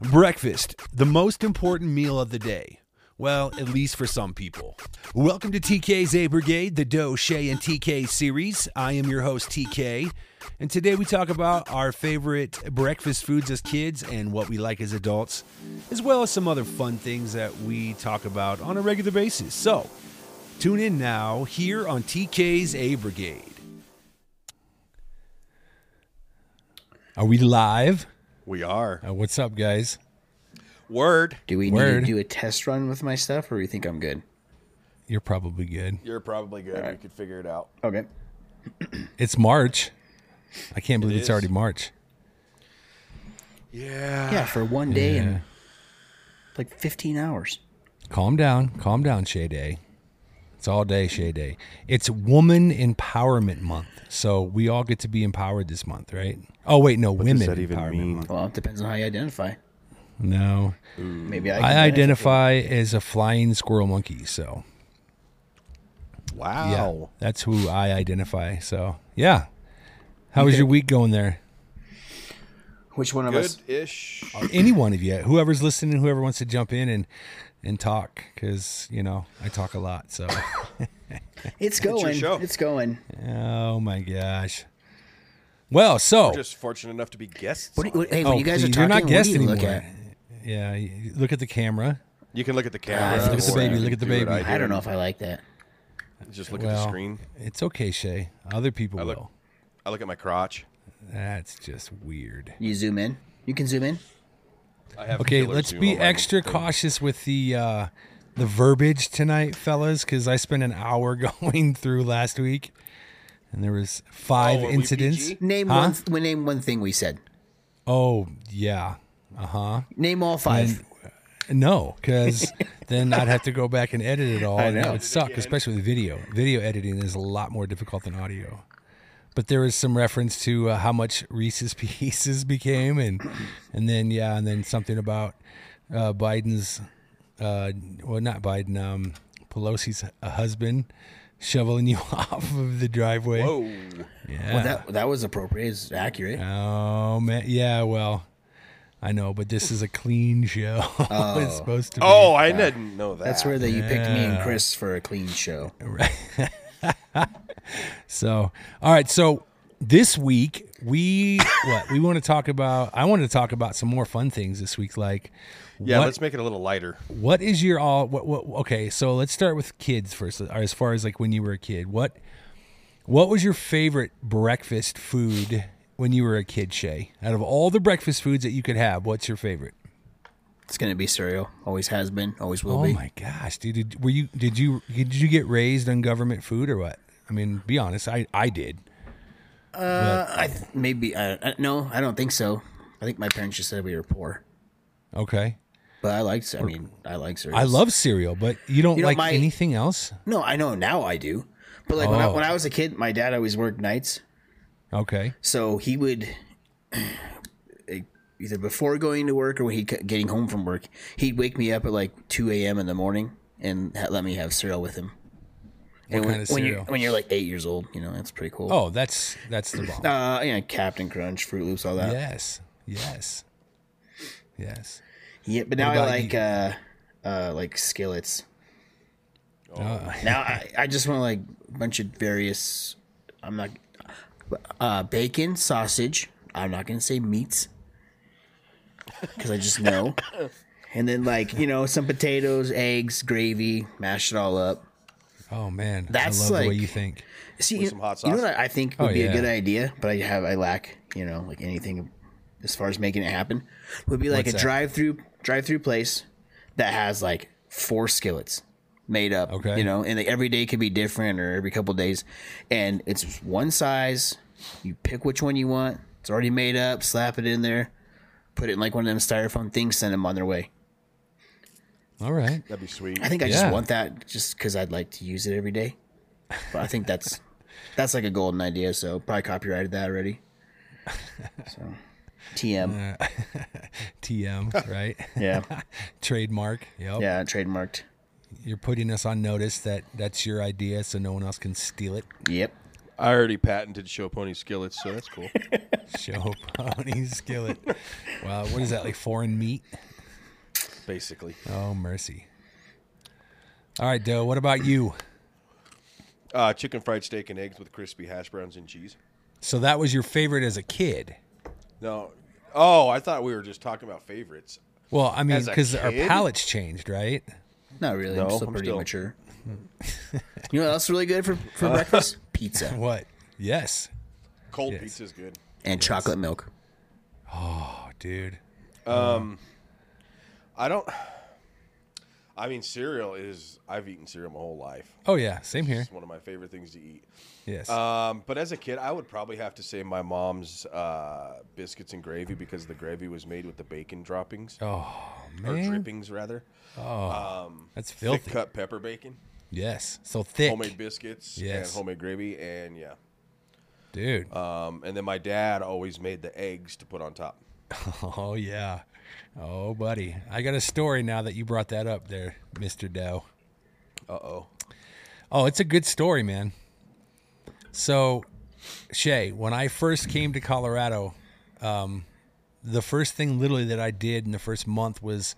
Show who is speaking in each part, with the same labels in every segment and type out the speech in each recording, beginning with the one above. Speaker 1: Breakfast, the most important meal of the day. Well, at least for some people. Welcome to TK's A Brigade, the Doe, Shay, and TK series. I am your host, TK, and today we talk about our favorite breakfast foods as kids and what we like as adults, as well as some other fun things that we talk about on a regular basis. So, tune in now here on TK's A Brigade. Are we live?
Speaker 2: We are.
Speaker 1: Uh, what's up, guys?
Speaker 2: Word.
Speaker 3: Do we
Speaker 1: Word.
Speaker 3: need to do a test run with my stuff, or you think I'm good?
Speaker 1: You're probably good.
Speaker 2: You're probably good. We could figure it out.
Speaker 3: Okay.
Speaker 1: It's March. I can't believe it's
Speaker 2: is.
Speaker 1: already March.
Speaker 2: Yeah.
Speaker 3: Yeah, for one day and like 15 hours.
Speaker 1: Calm down. Calm down, Shay Day. It's all day, Shay Day. It's Woman Empowerment Month. So we all get to be empowered this month, right? Oh, wait, no, Women
Speaker 2: that even
Speaker 1: Empowerment
Speaker 2: mean?
Speaker 1: Month.
Speaker 3: Well, it depends on how you identify.
Speaker 1: No.
Speaker 3: Maybe I,
Speaker 1: I identify as a flying squirrel monkey. So, yeah,
Speaker 2: Wow.
Speaker 1: that's who I identify. So, yeah. How was your week going there?
Speaker 3: Which one of us?
Speaker 2: Good-ish.
Speaker 1: any one of you, whoever's listening, whoever wants to jump in and and talk, because you know I talk a lot. So,
Speaker 3: It's going. It's,
Speaker 2: show.
Speaker 3: going.
Speaker 1: oh my gosh. Well, so
Speaker 2: Just fortunate enough to be guests.
Speaker 3: What, do you- what, hey,
Speaker 1: oh,
Speaker 3: when you guys are
Speaker 1: please,
Speaker 3: talking,
Speaker 1: you're not
Speaker 3: what do
Speaker 1: guest
Speaker 3: you look
Speaker 1: anymore.
Speaker 3: at?
Speaker 1: Yeah, you- look at the camera.
Speaker 2: You can look at the camera.
Speaker 3: look at the
Speaker 2: or
Speaker 3: baby,
Speaker 2: you
Speaker 1: look
Speaker 2: can
Speaker 1: at the
Speaker 2: do what
Speaker 1: baby.
Speaker 2: do.
Speaker 3: I don't know if I like that.
Speaker 2: Just look at
Speaker 1: Well,
Speaker 2: the screen.
Speaker 1: It's okay, Shay. Other people
Speaker 2: look-
Speaker 1: will.
Speaker 2: I look at my crotch.
Speaker 1: That's just weird.
Speaker 3: You zoom in. You can zoom in.
Speaker 2: I have
Speaker 1: Okay,
Speaker 2: killer
Speaker 1: let's
Speaker 2: zoom
Speaker 1: be
Speaker 2: on my
Speaker 1: extra
Speaker 2: thing.
Speaker 1: cautious with the uh, the verbiage tonight, fellas, because I spent an hour going through last week, and there was five
Speaker 2: Oh, are we
Speaker 1: incidents.
Speaker 2: PG?
Speaker 3: Name
Speaker 1: Huh?
Speaker 3: one. th- we name one thing we said.
Speaker 1: Oh yeah, uh huh.
Speaker 3: Name all five.
Speaker 1: No, because then I'd have to go back and edit it all. and that
Speaker 3: know.
Speaker 1: would suck, especially with video. Video editing is a lot more difficult than audio. But there was some reference to uh, how much Reese's Pieces became, and and then yeah, and then something about uh, Biden's, uh, well, not Biden, um, Pelosi's husband shoveling you off of the driveway.
Speaker 2: Whoa.
Speaker 1: Yeah.
Speaker 3: Well, that that was appropriate. It's accurate.
Speaker 1: Oh man, yeah. Well, I know, but this is a clean show. it's supposed to. Be.
Speaker 2: Oh, I didn't know that.
Speaker 3: That's where that you picked me and Chris for a clean show.
Speaker 1: So, all right. So this week we what we want to talk about. I want to talk about some more fun things this week. Like,
Speaker 2: Yeah,
Speaker 1: what,
Speaker 2: let's make it a little lighter.
Speaker 1: what is your all? What, what? Okay, so let's start with kids first. Or as far as like when you were a kid, what what was your favorite breakfast food when you were a kid, Shay? Out of all the breakfast foods that you could have, what's your favorite?
Speaker 3: It's gonna be cereal. Always has been. Always will
Speaker 1: Oh
Speaker 3: be.
Speaker 1: my gosh, dude! Did, were you did you did you get raised on government food or what? I mean, be honest. I I did.
Speaker 3: I th- maybe I, I no, I don't think so. I think my parents just said we were poor,
Speaker 1: Okay.
Speaker 3: but I liked. I mean, I like cereals.
Speaker 1: I love cereal, but you don't
Speaker 3: You know,
Speaker 1: like
Speaker 3: my-
Speaker 1: anything else?
Speaker 3: No, I know now I do, but like when, I,
Speaker 1: Oh.
Speaker 3: when I was a kid, my dad always worked nights,
Speaker 1: Okay.
Speaker 3: so he would eh, either before going to work or when he getting home from work, he'd wake me up at like two a.m. in the morning and ha- let me have cereal with him. and when,
Speaker 1: kind of
Speaker 3: when
Speaker 1: cereal?
Speaker 3: you're when you're like eight years old, you know that's pretty cool.
Speaker 1: Oh, that's that's the bomb.
Speaker 3: Uh, yeah, Captain Crunch, Fruit Loops, all that.
Speaker 1: Yes. Yes. Yes.
Speaker 3: Yeah, but now I
Speaker 1: about
Speaker 3: like
Speaker 1: you?
Speaker 3: uh, uh, like skillets.
Speaker 1: Uh.
Speaker 3: Now I, I just want like a bunch of various. I'm not uh, bacon, sausage. I'm not gonna say meats because I just know. and then like you know some potatoes, eggs, gravy, mash it all up.
Speaker 1: Oh man,
Speaker 3: That's
Speaker 1: I love the way
Speaker 3: like-
Speaker 1: you think.
Speaker 3: See,
Speaker 2: some hot
Speaker 3: you know
Speaker 2: sauce.
Speaker 3: what I I think would
Speaker 1: Oh,
Speaker 3: be
Speaker 1: yeah.
Speaker 3: a good idea, but I have I lack you know like anything as far as making it happen would be like
Speaker 1: What's
Speaker 3: a
Speaker 1: that?
Speaker 3: drive-through drive-through place that has like four skillets made up.
Speaker 1: Okay.
Speaker 3: you know, and like every day could be different or every couple days, and it's just one size. You pick which one you want. It's already made up. Slap it in there. Put it in like one of them styrofoam things. Send them on their way.
Speaker 1: All right.
Speaker 2: That'd be sweet.
Speaker 3: I think I just
Speaker 1: Yeah.
Speaker 3: want that just because I'd like to use it every day. But I think that's that's like a golden idea. So probably copyrighted that already. So TM,
Speaker 1: TM, Uh, right?
Speaker 3: yeah,
Speaker 1: Trademark. Yep.
Speaker 3: yeah, trademarked.
Speaker 1: You're putting us on notice that that's your idea so no one else can steal it.
Speaker 3: Yep.
Speaker 2: I already patented show pony skillets, so that's cool.
Speaker 1: Show pony skillet. Wow, what is that like foreign meat?
Speaker 2: basically.
Speaker 1: Oh mercy. All right, Doe. What about you?
Speaker 2: Uh, chicken fried steak and eggs with crispy hash browns and cheese.
Speaker 1: So that was your favorite as a kid.
Speaker 2: No. Oh, I thought we were just talking about favorites.
Speaker 1: Well, I mean,
Speaker 2: As a
Speaker 1: because our
Speaker 2: kid?
Speaker 1: palates changed, right?
Speaker 3: Not really.
Speaker 2: No,
Speaker 3: I'm still
Speaker 2: I'm
Speaker 3: pretty
Speaker 2: still-
Speaker 3: mature. you know what else is really good for, for breakfast? Pizza
Speaker 1: What? Yes.
Speaker 2: Cold
Speaker 1: Yes.
Speaker 2: pizza's good.
Speaker 3: and chocolate milk.
Speaker 1: Oh, dude.
Speaker 2: I don't. I mean, cereal is. I've eaten cereal my whole life.
Speaker 1: Oh yeah, same here.
Speaker 2: It's one of my favorite things to eat.
Speaker 1: Yes.
Speaker 2: Um, but as a kid, I would probably have to say my mom's uh, biscuits and gravy because the gravy was made with the bacon droppings
Speaker 1: oh
Speaker 2: or
Speaker 1: man,
Speaker 2: drippings rather.
Speaker 1: that's
Speaker 2: Thick
Speaker 1: filthy.
Speaker 2: cut pepper bacon,
Speaker 1: Yes. So thick,
Speaker 2: homemade biscuits,
Speaker 1: Yes.
Speaker 2: and homemade gravy, and yeah.
Speaker 1: dude.
Speaker 2: Um, and then my dad always made the eggs to put on top.
Speaker 1: Oh yeah. Oh buddy, I got a story now that you brought that up there, Mister Doe.
Speaker 2: Uh oh.
Speaker 1: Oh, it's a good story, man. So, Shay, when I first came to Colorado, um, the first thing literally that I did in the first month was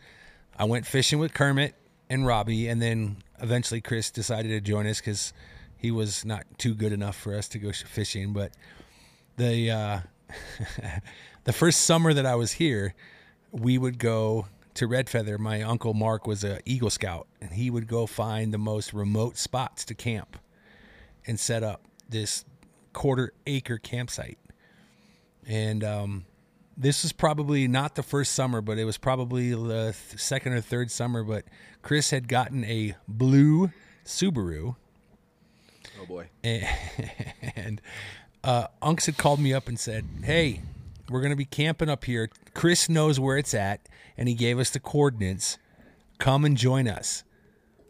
Speaker 1: I went fishing with Kermit and Robbie, and then eventually Chris decided to join us because he was not too good enough for us to go sh- fishing. But the uh, the first summer that I was here, we would go to Red Feather. My uncle Mark was a Eagle Scout, and he would go find the most remote spots to camp and set up this quarter acre campsite. And um, this was probably not the first summer, but it was probably the th- second or third summer. But Chris had gotten a blue Subaru
Speaker 2: Oh boy.
Speaker 1: and uh, Unks had called me up and said, "Hey, we're gonna be camping up here. Chris knows where it's at, and he gave us the coordinates. Come and join us."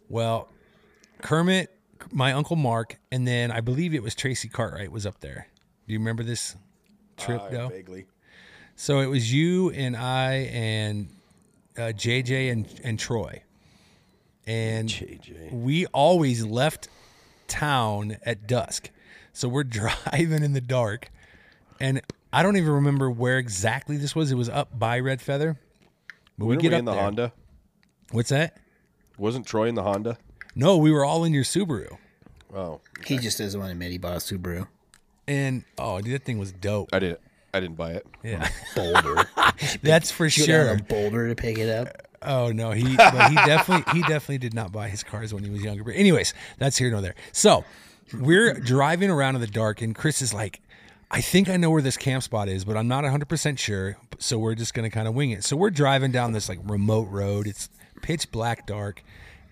Speaker 1: Well, Kermit, my uncle Mark, and then I believe it was Tracy Cartwright was up there. Do you remember this trip?
Speaker 2: I
Speaker 1: though?
Speaker 2: vaguely.
Speaker 1: So it was you and I and uh, JJ and and Troy, and
Speaker 2: JJ.
Speaker 1: we always left town at dusk. So we're driving in the dark, and I don't even remember where exactly this was. It was up by Red Feather. But
Speaker 2: Weren't
Speaker 1: get
Speaker 2: we
Speaker 1: up
Speaker 2: in the
Speaker 1: there.
Speaker 2: Honda?
Speaker 1: What's that?
Speaker 2: Wasn't Troy in the Honda?
Speaker 1: No, we were all in your Subaru,
Speaker 2: Oh,
Speaker 3: He just doesn't want to admit he bought a Subaru.
Speaker 1: and oh, dude, that thing was dope.
Speaker 2: I didn't. I didn't buy it.
Speaker 1: Yeah,
Speaker 3: Boulder.
Speaker 1: that's for
Speaker 3: Go down
Speaker 1: sure.
Speaker 3: to Boulder to pick it up.
Speaker 1: Oh no, he but he definitely he definitely did not buy his cars when he was younger. But anyways, that's here nor there. So we're driving around in the dark, and Chris is like, "I think I know where this camp spot is, but I'm not 100 percent sure." So we're just gonna kind of wing it. So we're driving down this like remote road. It's pitch black, dark,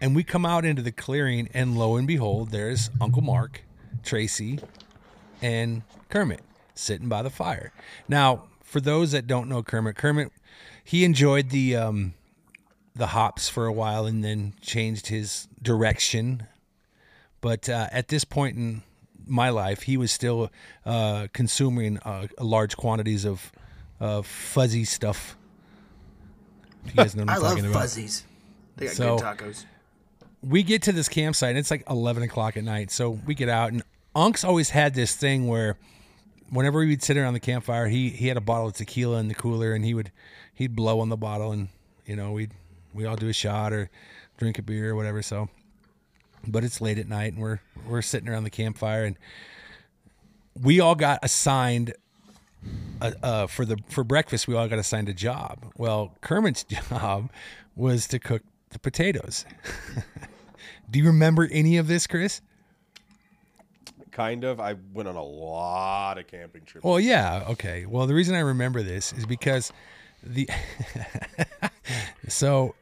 Speaker 1: and we come out into the clearing, and lo and behold, there's Uncle Mark, Tracy, and Kermit sitting by the fire. Now, for those that don't know Kermit, Kermit he enjoyed the um, the hops for a while and then changed his direction. But uh, at this point in my life, he was still uh, consuming uh, large quantities of uh, fuzzy stuff. You guys know what
Speaker 3: I
Speaker 1: I'm
Speaker 3: love
Speaker 1: talking about
Speaker 3: fuzzies. They got
Speaker 1: So-
Speaker 3: good tacos.
Speaker 1: we get to this campsite and it's like 11 o'clock at night so we get out and unks always had this thing where whenever we'd sit around the campfire he he had a bottle of tequila in the cooler and he would he'd blow on the bottle and you know we'd we all do a shot or drink a beer or whatever so but it's late at night and we're we're sitting around the campfire and we all got assigned uh, for the for breakfast we all got assigned a job well kermit's job was to cook the potatoes do you remember any of this, Chris?
Speaker 2: Kind of. I went on a lot of camping trips.
Speaker 1: Well, yeah. Okay. Well, the reason I remember this is because the. so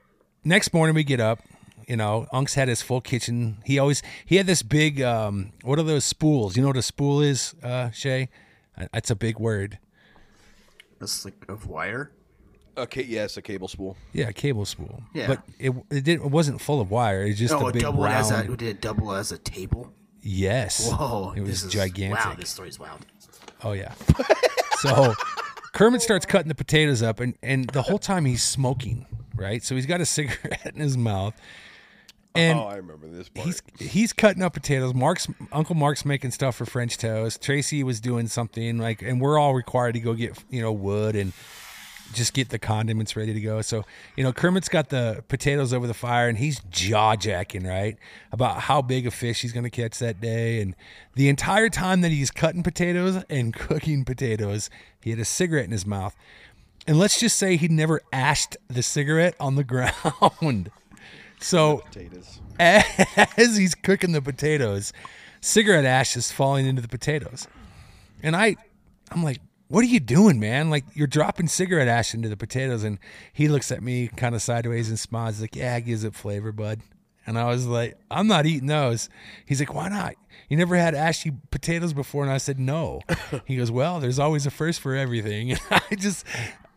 Speaker 1: next morning we get up. You know, Unks had his full kitchen. He always he had this big um what are those spools? You know what a spool is, uh, Shay? Uh, That's a big word.
Speaker 3: That's like of wire.
Speaker 2: Okay. Yes, a cable spool.
Speaker 1: Yeah, a cable spool.
Speaker 3: Yeah.
Speaker 1: But it it, didn't, it wasn't full of wire. It was just
Speaker 3: Oh,
Speaker 1: a
Speaker 3: a
Speaker 1: big
Speaker 3: double
Speaker 1: round.
Speaker 3: as a we did a double as a table.
Speaker 1: yes.
Speaker 3: Whoa,
Speaker 1: It was
Speaker 3: this is,
Speaker 1: gigantic.
Speaker 3: Wow, this story's wild.
Speaker 1: Oh yeah. so Kermit starts cutting the potatoes up and and the whole time he's smoking, right? So he's got a cigarette in his mouth. And
Speaker 2: oh, I remember this part.
Speaker 1: he's he's cutting up potatoes. Mark's Uncle Mark's making stuff for French toast. Tracy was doing something like, and we're all required to go get you know wood and just get the condiments ready to go. So you know Kermit's got the potatoes over the fire and he's jaw jacking right about how big a fish he's going to catch that day. And the entire time that he's cutting potatoes and cooking potatoes, he had a cigarette in his mouth. And let's just say he never ashed the cigarette on the ground. So
Speaker 2: potatoes.
Speaker 1: as he's cooking the potatoes, cigarette ash is falling into the potatoes. And I I'm like, "What are you doing, man? Like you're dropping cigarette ash into the potatoes." And he looks at me kind of sideways and smiles like, "Yeah, it gives it flavor, bud." And I was like, "I'm not eating those." He's like, "Why not? You never had ashy potatoes before?" And I said, "No." he goes, "Well, there's always a first for everything." And I just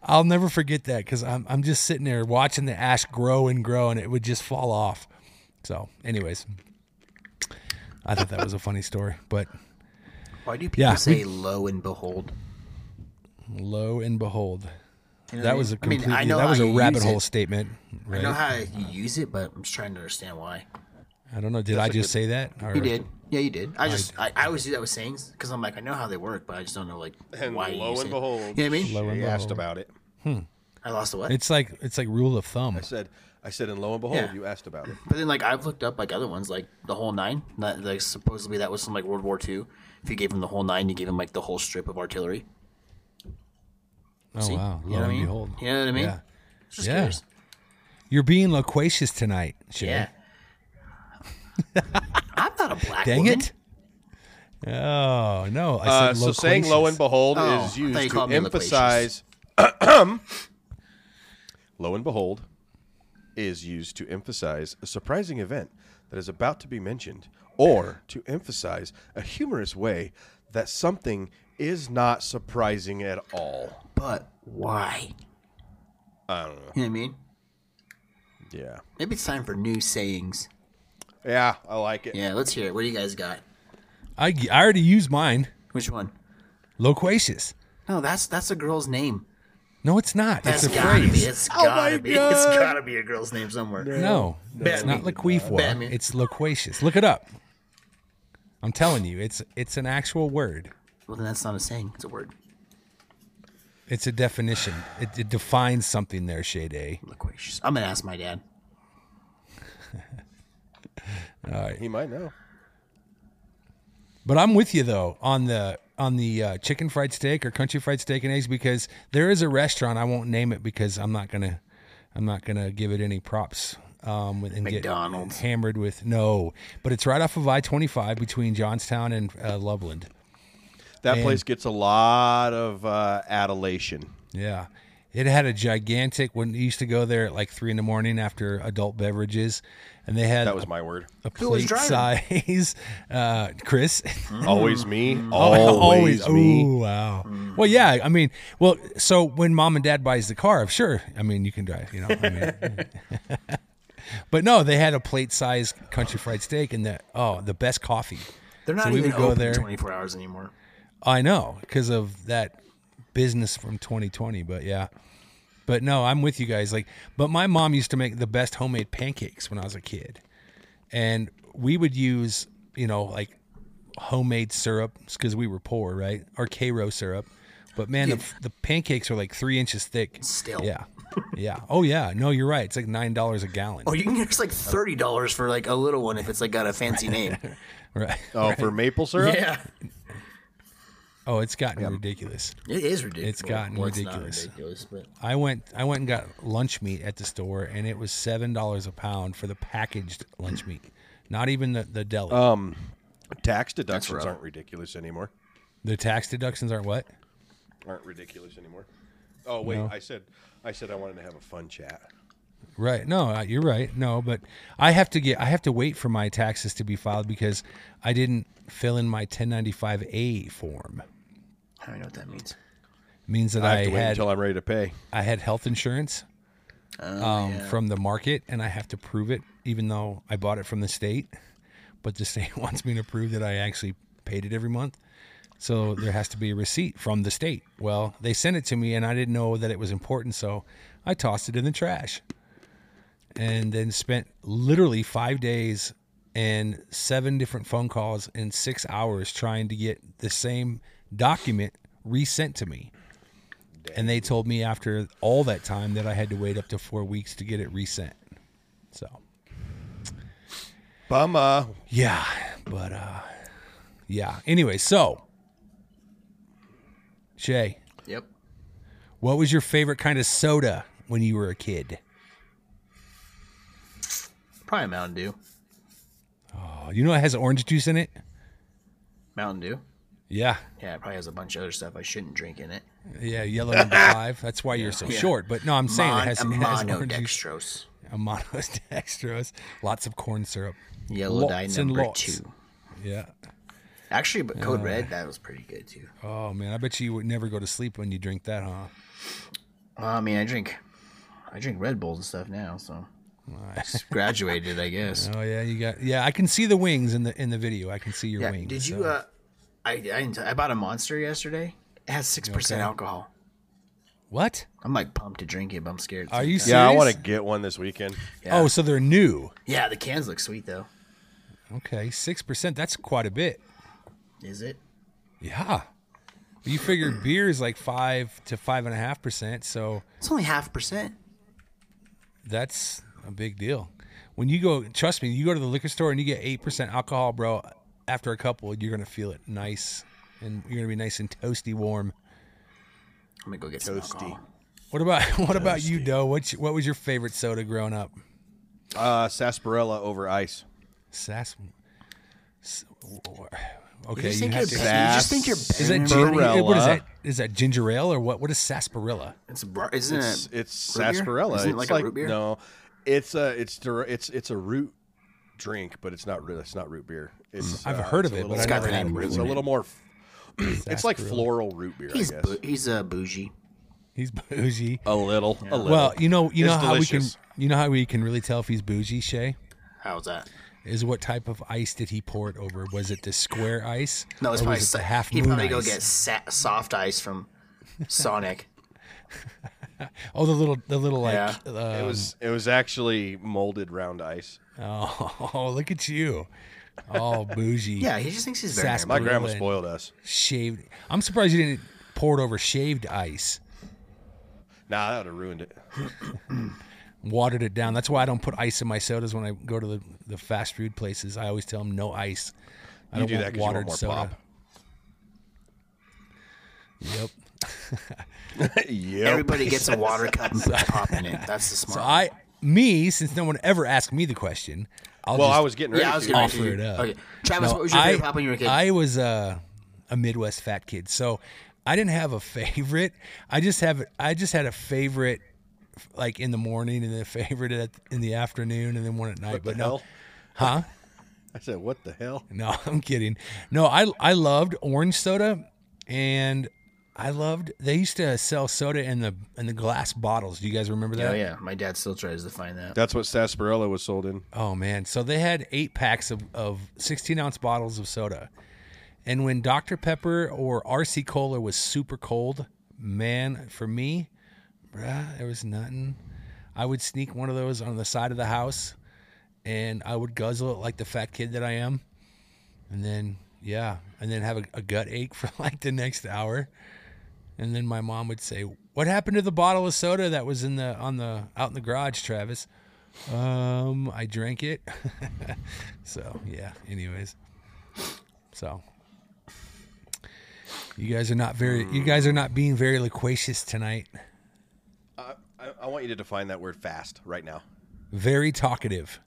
Speaker 1: I'll never forget that because I'm, I'm just sitting there watching the ash grow and grow and it would just fall off. So, anyways, I thought that was a funny story, but
Speaker 3: Why do people
Speaker 1: Yeah, we-
Speaker 3: say lo and behold?
Speaker 1: lo and behold, that was a
Speaker 3: I mean, I
Speaker 1: completely,
Speaker 3: know
Speaker 1: that was
Speaker 3: how
Speaker 1: a
Speaker 3: you
Speaker 1: rabbit
Speaker 3: use
Speaker 1: hole
Speaker 3: it.
Speaker 1: statement. Right?
Speaker 3: I know how you use it, but I'm just trying to understand why.
Speaker 1: I don't know. Did I just say that? Or,
Speaker 3: You did. Yeah, you did. I just, I, I always do that with sayings because I'm like, I know how they work, but I just don't know, like,
Speaker 2: And
Speaker 3: why you
Speaker 2: lo
Speaker 3: use
Speaker 2: and
Speaker 3: it.
Speaker 2: behold,
Speaker 3: You know what I mean?
Speaker 1: and
Speaker 2: she asked
Speaker 1: behold.
Speaker 2: about it.
Speaker 3: I lost the what?
Speaker 1: It's like it's like rule of thumb.
Speaker 2: I said, I said, and lo and behold,
Speaker 3: Yeah.
Speaker 2: you asked about it.
Speaker 3: But then, like, I've looked up like other ones, like the whole nine. That, like, supposedly that was from like World War II. If you gave him the whole nine, you gave him like the whole strip of artillery.
Speaker 1: Oh
Speaker 3: See?
Speaker 1: wow,
Speaker 3: You
Speaker 1: lo
Speaker 3: know what I
Speaker 1: and
Speaker 3: mean?
Speaker 1: behold.
Speaker 3: You know what I mean?
Speaker 1: Yeah.
Speaker 3: Just
Speaker 1: Yeah.
Speaker 3: curious.
Speaker 1: You're being loquacious tonight. Shay.
Speaker 3: Yeah. I'm not a black
Speaker 1: Dang
Speaker 3: woman.
Speaker 1: it. Oh no! I said
Speaker 2: Uh, so saying "lo
Speaker 1: loquacious.
Speaker 2: and behold"
Speaker 3: Oh, I
Speaker 2: is
Speaker 3: thought you
Speaker 2: used to
Speaker 3: called me
Speaker 2: emphasize. lo and behold is used to emphasize a surprising event that is about to be mentioned, or to emphasize a humorous way that something is not surprising at all.
Speaker 3: But why?
Speaker 2: I don't know.
Speaker 3: You know what I mean?
Speaker 2: Yeah,
Speaker 3: Maybe it's time for new sayings.
Speaker 2: yeah, I like it.
Speaker 3: Yeah, let's hear it. What do you guys got?
Speaker 1: I I already used mine.
Speaker 3: Which one?
Speaker 1: Loquacious.
Speaker 3: No, that's that's a girl's name.
Speaker 1: No, it's not.
Speaker 3: That's
Speaker 1: it's a
Speaker 3: gotta
Speaker 1: phrase.
Speaker 3: be. It's gotta be. It's gotta be a girl's name somewhere.
Speaker 1: No, it's
Speaker 3: Batman.
Speaker 1: not loquifwa.
Speaker 3: Batman.
Speaker 1: It's loquacious. Look it up. I'm telling you, it's it's an actual word.
Speaker 3: Well, then that's not a saying. It's a word.
Speaker 1: It's a definition. It, it defines something there, Shade A.
Speaker 3: Loquacious. I'm gonna ask my dad.
Speaker 2: He might know.
Speaker 1: But I'm with you though on the on the uh, chicken fried steak or country fried steak and eggs because there is a restaurant I won't name it because I'm not gonna I'm not gonna give it any props. Um, and
Speaker 3: McDonald's.
Speaker 1: get hammered with no, but it's right off of I-25 between Johnstown and uh, Loveland.
Speaker 2: That place gets a lot of uh, adulation.
Speaker 1: Yeah. It had a gigantic when you used to go there at like three in the morning after adult beverages, and they had
Speaker 2: That was my word.
Speaker 1: a
Speaker 3: Who was
Speaker 1: plate size. Uh, Chris,
Speaker 2: Always me. Mm. Always, me.
Speaker 1: Oh wow.
Speaker 3: Mm.
Speaker 1: Well, yeah. I mean, well, so when mom and dad buys the car, sure. I mean, you can drive. You know. I mean, but no, they had a plate size country fried steak and the oh the best coffee.
Speaker 3: They're not
Speaker 1: So we
Speaker 3: even
Speaker 1: would go
Speaker 3: open
Speaker 1: there.
Speaker 3: 24 hours anymore.
Speaker 1: I know because of that business from 2020. But yeah, but no, I'm with you guys. Like, but my mom used to make the best homemade pancakes when I was a kid, and we would use you know like homemade syrup because we were poor, right? Or Cairo syrup. But man, the, the pancakes are like three inches thick.
Speaker 3: Still.
Speaker 1: yeah, yeah. Oh yeah, no, you're right. It's like nine dollars a gallon.
Speaker 3: Oh, you can get it's like thirty dollars for like a little one if it's like got a fancy name.
Speaker 1: Right.
Speaker 2: Oh, for maple syrup.
Speaker 3: yeah,
Speaker 1: Oh, it's gotten ridiculous.
Speaker 3: it is ridiculous.
Speaker 1: It's gotten
Speaker 3: not
Speaker 1: ridiculous.
Speaker 3: ridiculous, but
Speaker 1: I went I went and got lunch meat at the store and it was seven dollars a pound for the packaged lunch meat. Not even the, the deli.
Speaker 2: Oh. Tax deductions aren't ridiculous anymore.
Speaker 1: the tax deductions aren't what?
Speaker 2: Aren't ridiculous anymore. Oh wait, I said, I said I wanted to have a fun chat.
Speaker 1: Right. No, uh, you're right. No, but I have to get I have to wait for my taxes to be filed because I didn't fill in my 1095A form.
Speaker 3: I don't know what that means.
Speaker 1: means that
Speaker 2: I
Speaker 1: I,
Speaker 2: have to wait
Speaker 1: had
Speaker 2: until I'm ready to pay.
Speaker 1: I had health insurance um, from the market, and I have to prove it, even though I bought it from the state. But the state wants me to prove that I actually paid it every month. So there has to be a receipt from the state. Well, they sent it to me, and I didn't know that it was important, so I tossed it in the trash. and then spent literally five days and seven different phone calls in six hours trying to get the same document resent to me. And they told me after all that time that I had to wait up to four weeks to get it resent. So
Speaker 2: Bummer.
Speaker 1: yeah, but uh yeah. Anyway, so Shay,
Speaker 3: Yep.
Speaker 1: what was your favorite kind of soda when you were a kid?
Speaker 3: Probably Mountain Dew.
Speaker 1: Oh, you know it has orange juice in it?
Speaker 3: Mountain Dew.
Speaker 1: Yeah.
Speaker 3: Yeah, it probably has a bunch of other stuff I shouldn't drink in it.
Speaker 1: Yeah, yellow number five. That's why you're so
Speaker 3: Yeah.
Speaker 1: short. But no, I'm saying
Speaker 3: Mon-
Speaker 1: it has,
Speaker 3: a
Speaker 1: it has orange juice.
Speaker 3: monodextrose.
Speaker 1: A monodextrose. Lots of corn syrup.
Speaker 3: Yellow
Speaker 1: Lots
Speaker 3: dye
Speaker 1: and
Speaker 3: number
Speaker 1: lots. Uh.
Speaker 3: two.
Speaker 1: Yeah.
Speaker 3: Actually, but Code Red, that was pretty good too.
Speaker 1: Oh man, I bet you would never go to sleep when you drink that, huh?
Speaker 3: Well, I mean, I drink, I drink Red Bulls and stuff now, so Just graduated, I guess.
Speaker 1: Oh yeah, you got yeah. I can see the wings in the in the video. I can see your wings.
Speaker 3: Did you?
Speaker 1: so-
Speaker 3: Uh, I I, didn't t- I bought a Monster yesterday. It has six percent alcohol.
Speaker 1: what?
Speaker 3: I'm like pumped to drink it, but I'm scared.
Speaker 1: Are you? Serious?
Speaker 2: Yeah, I want to get one this weekend.
Speaker 3: Yeah.
Speaker 1: Oh, so they're new.
Speaker 3: Yeah, the cans look sweet though.
Speaker 1: Okay, six percent. That's quite a bit.
Speaker 3: Is it?
Speaker 1: Yeah. You figure beer is like five to five and a half percent, so
Speaker 3: It's only half percent.
Speaker 1: that's a big deal. When you go, trust me, you go to the liquor store and you get eight percent alcohol, bro. After a couple, you're gonna feel it nice, and you're gonna be nice and toasty warm.
Speaker 3: I'm gonna go get some alcohol.
Speaker 1: What about what about you, Doe? What what was your favorite soda growing up?
Speaker 2: Uh, sarsaparilla over ice.
Speaker 1: Sass. s- w- w- Okay,
Speaker 3: You just, think
Speaker 1: have
Speaker 3: you're
Speaker 1: to-
Speaker 3: better. you just think you're better.
Speaker 1: Is that
Speaker 3: than
Speaker 1: gin-
Speaker 2: Sarsaparilla.
Speaker 1: what is that? Is that ginger ale or what? What is sarsaparilla?
Speaker 3: It's bra- isn't
Speaker 2: It's
Speaker 3: it?
Speaker 2: it's
Speaker 3: root beer?
Speaker 2: sarsaparilla.
Speaker 3: Isn't it
Speaker 2: it's
Speaker 3: like a root beer?
Speaker 2: No, it's a it's dir- it's it's a root drink, but it's not root. It's not root beer. It's,
Speaker 1: I've
Speaker 2: uh,
Speaker 1: heard of
Speaker 2: a
Speaker 1: it,
Speaker 2: little
Speaker 1: but It's
Speaker 3: got
Speaker 2: more-
Speaker 3: the name root
Speaker 2: It's
Speaker 3: in
Speaker 2: a
Speaker 3: it.
Speaker 2: little more. f- It's like floral root beer,
Speaker 3: He's
Speaker 2: I guess.
Speaker 3: bu- he's a bougie.
Speaker 1: He's bougie.
Speaker 2: a little, a little.
Speaker 1: Well, you know, you
Speaker 2: It's
Speaker 1: know how
Speaker 2: delicious.
Speaker 1: we can, you know how we can really tell if he's bougie, Shay,
Speaker 3: How's that?
Speaker 1: is what type of ice did he pour it over? Was it the square ice?
Speaker 3: No, it's
Speaker 1: or
Speaker 3: probably
Speaker 1: was it
Speaker 3: sa-
Speaker 1: the Oh, half
Speaker 3: He'd
Speaker 1: moon
Speaker 3: probably
Speaker 1: ice?
Speaker 3: go get sa- soft ice from Sonic.
Speaker 1: oh, the little, the little like,
Speaker 3: Yeah.
Speaker 1: uh,
Speaker 2: it was it was actually molded round ice.
Speaker 1: oh, look at you, oh bougie,
Speaker 3: yeah, he just thinks he's better.
Speaker 1: Sasquatch.
Speaker 3: than
Speaker 2: My grandma
Speaker 1: Really?
Speaker 2: spoiled us.
Speaker 1: shaved. I'm surprised you didn't pour it over shaved ice,
Speaker 2: Nah, that would have ruined it.
Speaker 1: watered it down. That's why I don't put ice in my sodas when I go to the, the fast food places. I always tell them no ice. I don't
Speaker 2: You do
Speaker 1: want
Speaker 2: that 'cause you want
Speaker 1: watered
Speaker 2: more
Speaker 1: soda.
Speaker 2: pop.
Speaker 1: Yep.
Speaker 2: yeah,
Speaker 3: Everybody gets a water cup and puts pop in it. That's the smart.
Speaker 1: I me since no one ever asked me the question. I'll
Speaker 2: Well,
Speaker 1: just
Speaker 2: I was getting ready.
Speaker 3: yeah, I was
Speaker 2: to.
Speaker 3: gonna
Speaker 1: offer it up.
Speaker 3: Okay, Travis,
Speaker 1: No,
Speaker 3: what was your
Speaker 1: I,
Speaker 3: favorite pop when you were a kid?
Speaker 1: I was a, a Midwest fat kid, so I didn't have a favorite. I just have I just had a favorite like in the morning and then a favorite at, in the afternoon and then one at night. but
Speaker 2: the hell?
Speaker 1: no, huh?
Speaker 2: I said, what the hell?
Speaker 1: No, I'm kidding. No, I I loved orange soda, and I loved they used to sell soda in the in the glass bottles. Do you guys remember that?
Speaker 3: oh yeah, my dad still tries to find that.
Speaker 2: That's what sarsaparilla was sold in.
Speaker 1: Oh man! So they had eight packs of, of sixteen ounce bottles of soda, and when Dr Pepper or RC Cola was super cold, man, for me, bruh, there was nothing. I would sneak one of those on the side of the house, and I would guzzle it like the fat kid that I am, and then yeah, and then have a, a gut ache for like the next hour, and then my mom would say, "What happened to the bottle of soda that was in the on the out in the garage, Travis?" Um, I drank it. so yeah. Anyways, so you guys are not very. You guys are not being very loquacious tonight.
Speaker 2: I, I want you to define that word fast right now.
Speaker 1: Very talkative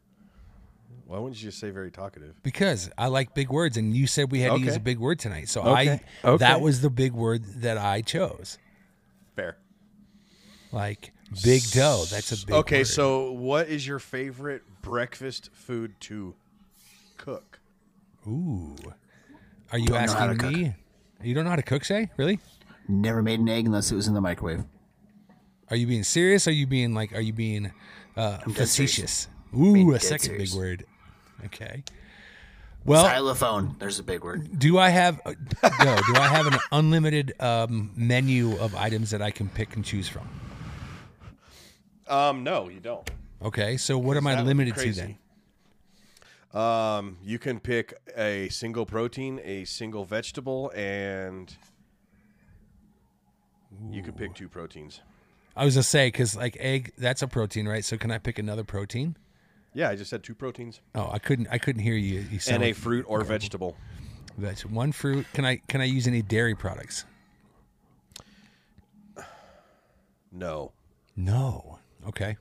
Speaker 2: Why wouldn't you just say very talkative?
Speaker 1: because I like big words, and you said we had to use
Speaker 2: Okay.
Speaker 1: a big word tonight. So I
Speaker 2: Okay. Okay.
Speaker 1: that was the big word that I chose.
Speaker 2: Fair.
Speaker 1: Like big dough. That's a big.
Speaker 2: okay,
Speaker 1: word.
Speaker 2: so what is your favorite breakfast food to cook?
Speaker 1: ooh, are you
Speaker 3: know how to
Speaker 1: asking me? You don't know how to cook, Shay? Really?
Speaker 3: Never made an egg unless it was in the microwave.
Speaker 1: Are you being serious? Are you being like? Are you being uh,
Speaker 3: dead serious.
Speaker 1: facetious?
Speaker 3: being
Speaker 1: Ooh, a
Speaker 3: dead
Speaker 1: second
Speaker 3: serious.
Speaker 1: big word. Okay. Well,
Speaker 3: Xylophone. There's a big word.
Speaker 1: do I have uh, no? Do I have an unlimited um, menu of items that I can pick and choose from?
Speaker 2: Um, no, you don't.
Speaker 1: Okay, so what am I
Speaker 2: That
Speaker 1: limited to
Speaker 2: crazy.
Speaker 1: then?
Speaker 2: Um, you can pick a single protein, a single vegetable, and you can pick two proteins.
Speaker 1: I was gonna say because like egg, that's a protein, right? So can I pick another protein?
Speaker 2: Yeah, I just said two proteins
Speaker 1: Oh, I couldn't. I couldn't hear you. You sound
Speaker 2: and a
Speaker 1: like
Speaker 2: fruit or vegetable.
Speaker 1: that's one fruit. Can I? Can I use any dairy products?
Speaker 2: No,
Speaker 1: No. Okay.